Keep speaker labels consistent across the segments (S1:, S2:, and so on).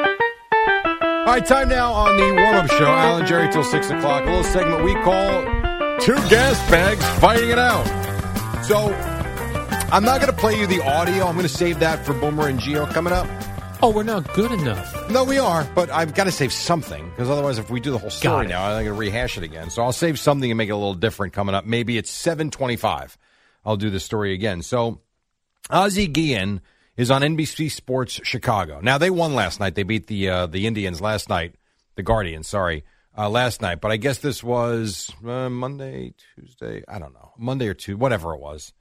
S1: All right, time now on the warm up show. Alan Jerry till 6 o'clock. A little segment we call Two Gas Bags Fighting It Out. So, I'm not going to play you the audio. I'm going to save that for Boomer and Geo coming up.
S2: Oh, we're not good enough.
S1: No, we are, but I've got to save something because otherwise, if we do the whole story now, I'm going to rehash it again. So I'll save something and make it a little different coming up. Maybe it's 7:25. I'll do the story again. So Ozzie Guillen is on NBC Sports Chicago. Now they won last night. They beat the uh, the Indians last night, the Guardians. Sorry, uh, last night. But I guess this was uh, Monday, Tuesday. I don't know, Monday or two, whatever it was,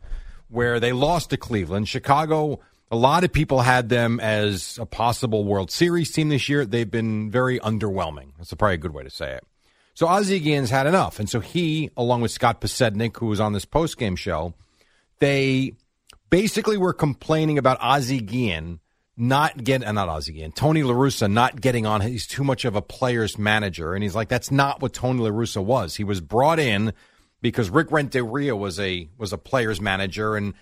S1: where they lost to Cleveland. Chicago. A lot of people had them as a possible World Series team this year. They've been very underwhelming. That's probably a good way to say it. So Ozzie Guillen's had enough, and so he, along with Scott Pasednik, who was on this post-game show, they basically were complaining about Ozzie Guillen not get uh, not Ozzie Guillen, Tony LaRussa not getting on. He's too much of a player's manager, and he's like, that's not what Tony LaRussa was. He was brought in because Rick Renteria was a was a player's manager, and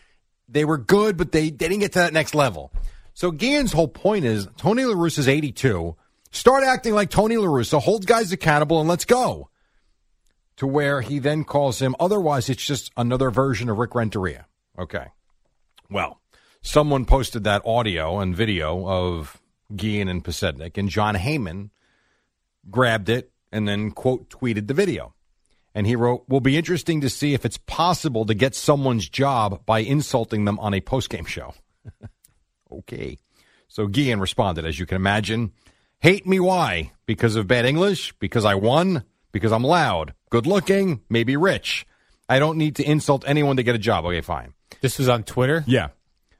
S1: they were good, but they, they didn't get to that next level. So Guillen's whole point is Tony LaRusse is 82. Start acting like Tony LaRusso, hold guys accountable, and let's go. To where he then calls him, otherwise, it's just another version of Rick Renteria. Okay. Well, someone posted that audio and video of Guillen and Pasednik, and John Heyman grabbed it and then quote tweeted the video. And he wrote, Will be interesting to see if it's possible to get someone's job by insulting them on a postgame show. okay. So Guillen responded, as you can imagine, Hate me why? Because of bad English? Because I won? Because I'm loud, good looking, maybe rich. I don't need to insult anyone to get a job. Okay, fine.
S2: This was on Twitter.
S1: Yeah.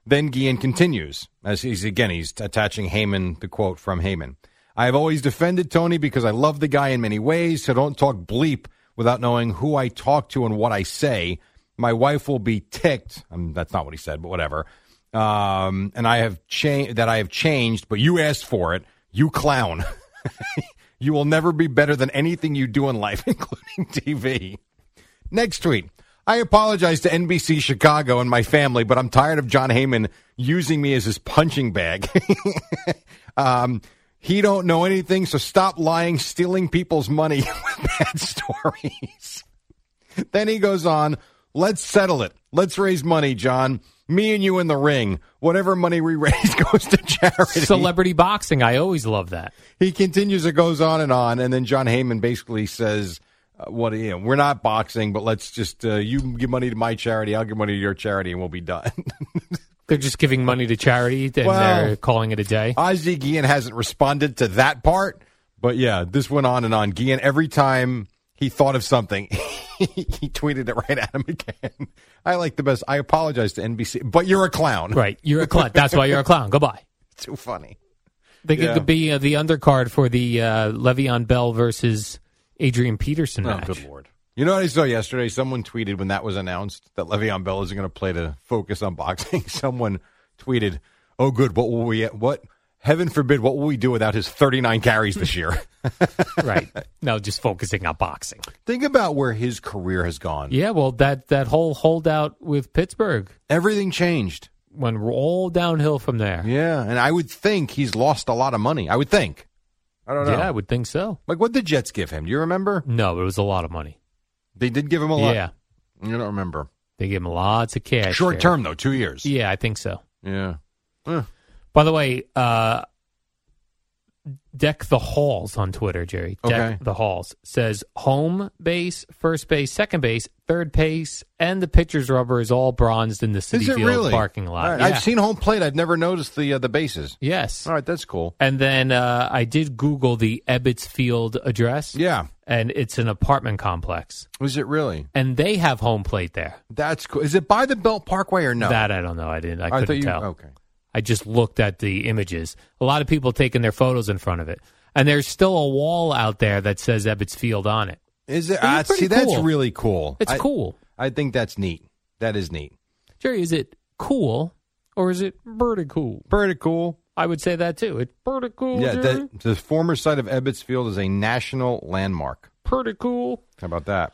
S1: Then Guillen continues, as he's again, he's attaching Heyman the quote from Heyman. I have always defended Tony because I love the guy in many ways, so don't talk bleep without knowing who I talk to and what I say. My wife will be ticked. Um, that's not what he said, but whatever. Um, and I have changed that I have changed, but you asked for it. You clown. you will never be better than anything you do in life, including TV. Next tweet. I apologize to NBC Chicago and my family, but I'm tired of John Heyman using me as his punching bag. um, he don't know anything, so stop lying, stealing people's money with bad stories. then he goes on, let's settle it. Let's raise money, John. Me and you in the ring. Whatever money we raise goes to charity.
S2: Celebrity boxing. I always love that.
S1: he continues, it goes on and on, and then John Heyman basically says, uh, "What you know, we're not boxing, but let's just uh, you give money to my charity, I'll give money to your charity, and we'll be done."
S2: They're just giving money to charity and
S1: Well-
S2: they're calling it a day.
S1: Ozzie Guillen hasn't responded to that part, but yeah, this went on and on. Guillen, every time he thought of something, he tweeted it right at him again. I like the best. I apologize to NBC, but you're a clown.
S2: right. You're a clown. That's why you're a clown. Goodbye.
S1: Too funny.
S2: They could
S1: Yeah.
S2: be uh, the undercard for the uh, Le'Veon Bell versus Adrian Peterson
S1: Oh,
S2: match.
S1: good lord. You know what I saw yesterday? Someone tweeted when that was announced that Le'Veon Bell isn't going to play to focus on boxing. Someone tweeted, "Oh, good. What will we? What? Heaven forbid. What will we do without his 39 carries this year?
S2: right. No, just focusing on boxing.
S1: Think about where his career has gone.
S2: Yeah, well, that, that whole holdout with Pittsburgh
S1: Everything changed.
S2: went all downhill from there.
S1: Yeah, and I would think he's lost a lot of money. I would think. I don't know.
S2: yeah I would think so.
S1: like what did the Jets give him? Do you remember?
S2: No, it was a lot of money.
S1: They did give him a lot.
S2: Yeah.
S1: you don't remember.
S2: They gave him lots of cash.
S1: Short
S2: there.
S1: term though, two years.
S2: Yeah, I think so.
S1: Yeah.
S2: By the way, uh, Deck the Halls on Twitter, Jerry. Deck
S1: Okay.
S2: the Halls says home base, first base, second base, third base, and the pitcher's rubber is all bronzed in the City
S1: Is it
S2: Field
S1: really
S2: parking lot.
S1: All right.
S2: Yeah.
S1: I've seen home plate. I've never noticed the uh, the bases.
S2: Yes.
S1: All right, that's cool.
S2: And then uh, I did Google the Ebbets Field address.
S1: Yeah,
S2: And it's an apartment complex.
S1: is it really?
S2: And they have home plate there.
S1: That's cool. Is it by the Belt Parkway or no?
S2: That I don't know. I didn't. I
S1: I
S2: couldn't
S1: thought you.
S2: tell.
S1: Okay.
S2: I just looked at the images. A lot of people taking their photos in front of it. And there's still a wall out there that says Ebbets Field on it.
S1: Is it?
S2: It is
S1: Ah,
S2: pretty
S1: see, that's
S2: cool.
S1: really cool.
S2: It's
S1: I-
S2: cool.
S1: I think that's neat. That is neat.
S2: Jerry, is it cool or is it pretty cool?
S1: Pretty cool.
S2: I would say that too. It's pretty cool,
S1: Yeah,
S2: Jerry.
S1: the, the former site of Ebbets Field is a national landmark.
S2: pretty cool.
S1: How about that?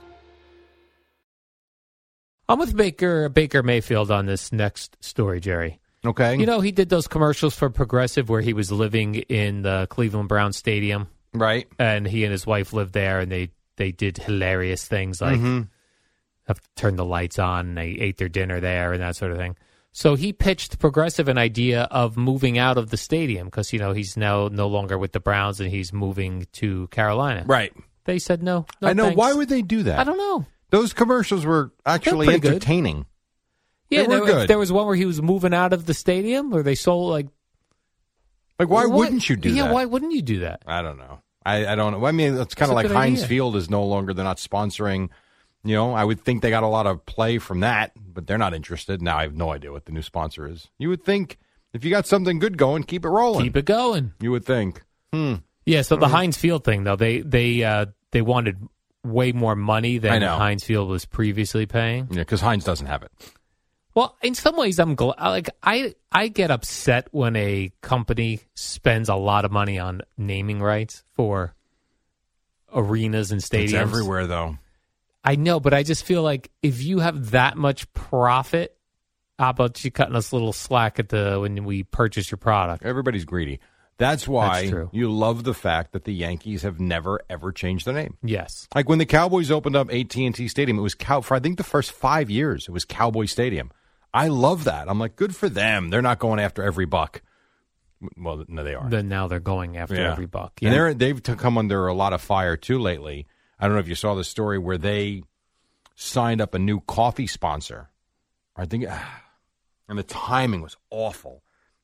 S2: I'm with Baker Baker Mayfield on this next story, Jerry.
S1: Okay.
S2: You know, he did those commercials for Progressive where he was living in the Cleveland Browns stadium
S1: right.
S2: and he and his wife lived there and they they did hilarious things like
S1: Mm-hmm.
S2: have turned the lights on and they ate their dinner there and that sort of thing. So he pitched Progressive an idea of moving out of the stadium because you know he's now no longer with the Browns and he's moving to Carolina.
S1: Right.
S2: They said no. no
S1: I know.
S2: thanks.
S1: Why would they do that?
S2: I don't know.
S1: Those commercials were actually
S2: pretty good.
S1: entertaining.
S2: Yeah,
S1: They were
S2: there,
S1: good.
S2: there was one where he was moving out of the stadium, or they sold like.
S1: Like, why
S2: What-
S1: wouldn't you do
S2: yeah,
S1: that?
S2: why wouldn't you do that?
S1: I don't know. I, I don't know. I mean, it's kind
S2: It's a
S1: of like
S2: good
S1: Heinz
S2: idea.
S1: Field is no longer, they're not sponsoring. You know, I would think they got a lot of play from that, but they're not interested. Now I have no idea what the new sponsor is. You would think if you got something good going, keep it rolling.
S2: Keep it going.
S1: You would think. Hmm.
S2: Yeah. So the Heinz Field thing, though, they they uh, they wanted way more money
S1: I
S2: than
S1: know.
S2: Heinz Field was previously paying.
S1: Yeah, because Heinz doesn't have it.
S2: Well, in some ways, I'm gl- I- like I I get upset when a company spends a lot of money on naming rights for arenas and stadiums
S1: It's everywhere, though.
S2: I know, but I just feel like if you have that much profit, how about you cutting us a little slack at the when we purchase your product?
S1: Everybody's greedy. That's why
S2: That's true.
S1: you love the fact that the Yankees have never ever changed their name.
S2: Yes.
S1: Like when the Cowboys opened up AT&T Stadium, it was Cow for I think the first 5 years it was Cowboy Stadium. I love that. I'm like good for them. They're not going after every buck. Well, no they are.
S2: Then now they're going after
S1: Yeah.
S2: every buck.
S1: And they're, they've t- come under a lot of fire too lately. I don't know if you saw the story where they signed up a new coffee sponsor. I think, ah, and the timing was awful.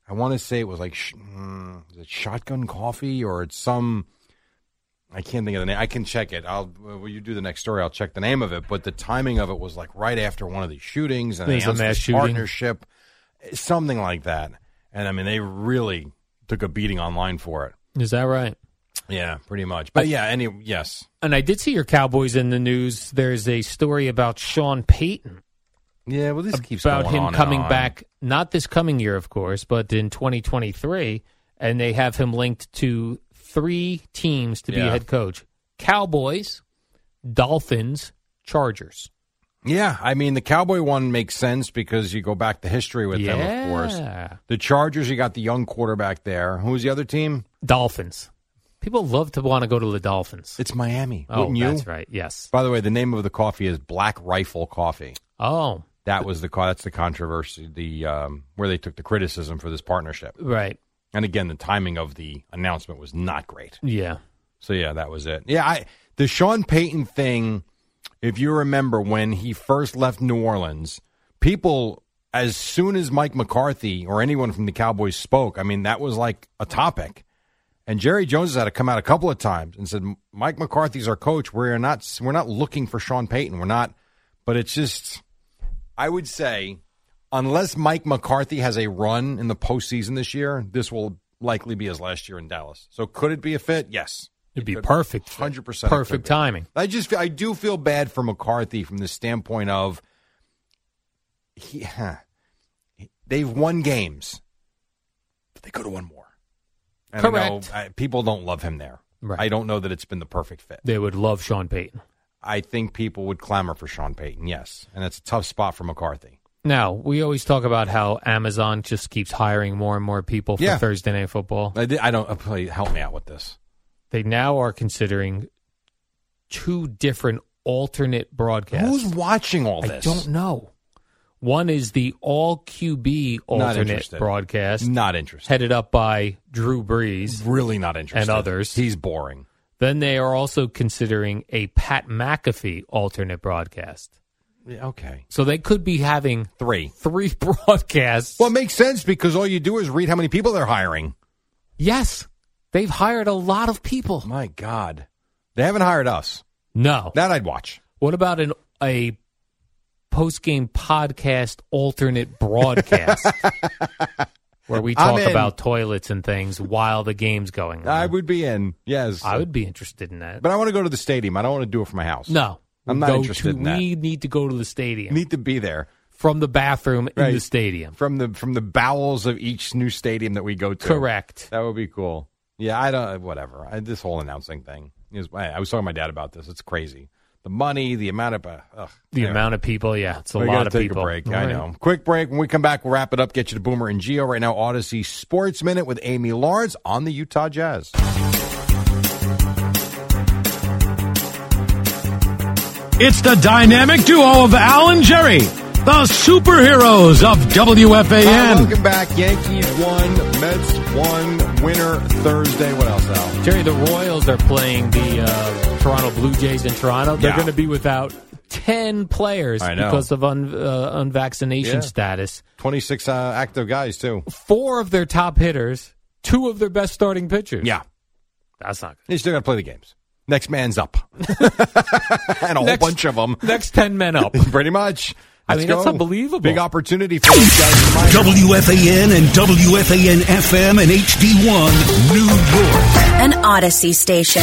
S1: I want to say it was like, sh- mm, is it Shotgun Coffee or it's some. I can't think of the name. I can check it. I'll. Will you do the next story? I'll check the name of it. But the timing of it was like right after one of these shootings, and they
S2: There's a
S1: announced
S2: mass
S1: this
S2: shooting.
S1: partnership, something like that. And I mean, they really took a beating online for it.
S2: Is that right?
S1: Yeah, pretty much. But yeah, any yes.
S2: And I did see your Cowboys in the news. There's a story about Sean Payton
S1: Yeah, well, this keeps
S2: about
S1: going on
S2: him
S1: and
S2: coming
S1: on.
S2: back, not this coming year, of course, but in 2023, and they have him linked to three teams to be
S1: Yeah.
S2: a head coach: Cowboys, Dolphins, Chargers.
S1: Yeah, I mean the Cowboy one makes sense because you go back to history with them, of course.
S2: Yeah.
S1: The Chargers, you got the young quarterback there. Who's the other team?
S2: Dolphins. People love to want to go to the Dolphins.
S1: It's Miami.
S2: oh,
S1: wouldn't you?
S2: that's right. Yes.
S1: By the way, the name of the coffee is Black Rifle Coffee.
S2: Oh,
S1: That was the co- that's the controversy, the um, where they took the criticism for this partnership.
S2: right.
S1: And again, the timing of the announcement was not great.
S2: Yeah.
S1: So yeah, that was it. Yeah, I the Sean Payton thing, if you remember when he first left New Orleans, people as soon as Mike McCarthy or anyone from the Cowboys spoke, I mean, that was like a topic. And Jerry Jones had to come out a couple of times and said, "Mike McCarthy's our coach. We're not we're not looking for Sean Payton. We're not." But it's just, I would say, unless Mike McCarthy has a run in the postseason this year, this will likely be his last year in Dallas. So could it be a fit? Yes.
S2: It'd be perfect.
S1: 100% it could
S2: Perfect
S1: be.
S2: timing.
S1: I just I do feel bad for McCarthy from the standpoint of he they've won games, but they could have won more. And I know,
S2: Correct.
S1: I- people don't love him there.
S2: Right.
S1: I don't know that it's been the perfect fit.
S2: They would love Sean Payton.
S1: I think people would clamor for Sean Payton, yes. And that's a tough spot for McCarthy.
S2: Now, we always talk about how Amazon just keeps hiring more and more people for
S1: Yeah.
S2: Thursday Night Football.
S1: I, di- I don't, uh, please help me out with this.
S2: They now are considering two different alternate broadcasts.
S1: Who's watching all
S2: I
S1: this?
S2: don't know. One is the all QB alternate
S1: interested.
S2: broadcast
S1: Not interested.
S2: headed up by Drew Brees.
S1: Really not interested.
S2: others.
S1: He's boring.
S2: Then they are also considering a Pat McAfee alternate broadcast.
S1: Yeah, okay.
S2: So they could be having
S1: Three.
S2: three broadcasts.
S1: Well, it makes sense because all you do is read how many people they're hiring.
S2: yes, they've hired a lot of people.
S1: My God. They haven't hired us.
S2: No.
S1: That I'd watch.
S2: What about an a post game podcast alternate broadcast where we
S1: I'm
S2: talk
S1: in.
S2: about toilets and things while the game's going on?
S1: I would be in. Yes.
S2: I would be interested in that.
S1: But I want to go to the stadium. I don't want to do it from my house.
S2: no,
S1: I'm not
S2: Go
S1: interested
S2: to-
S1: in that.
S2: We need to go to the stadium
S1: Need to be there
S2: from the bathroom in the
S1: Right.
S2: stadium.
S1: from the from the bowels of each new stadium that we go to.
S2: Correct.
S1: That would be cool. Yeah, I don't. Whatever. I, this whole announcing thing is. I, I was talking to my dad about this. It's crazy. The money, the amount of. Uh, ugh.
S2: The
S1: Anyway,
S2: amount of people, yeah, it's a
S1: we gotta
S2: lot of
S1: take
S2: people.
S1: a break.
S2: All
S1: I
S2: right.
S1: know. Quick break. When we come back, we'll wrap it up. Get you to Boomer and Geo right now. Odyssey Sports Minute with Amy Lawrence on the Utah Jazz.
S3: It's the dynamic duo of Al and Jerry, the superheroes of
S1: Hi,
S3: WFAN.
S1: welcome back. Yankees won, Mets won, winner Thursday. What else, Al?
S2: Jerry, the Royals are playing the uh, Toronto Blue Jays in Toronto. They're
S1: Yeah.
S2: going to be without 10 players
S1: I know.
S2: because of un, uh, unvaccination
S1: Yeah.
S2: status.
S1: 26 uh, active guys, too.
S2: Four of their top hitters, two of their best starting pitchers.
S1: Yeah.
S2: That's not
S1: You still got to play the games. Next man's up. and a
S2: Next-
S1: whole bunch of them.
S2: good. Next 10 men up.
S1: Pretty much.
S2: I
S1: Let's
S2: mean, that's
S1: go.
S2: unbelievable.
S1: Big opportunity for these guys. in minor.
S3: WFAN and WFAN FM and HD1 New York.
S4: An Odyssey station.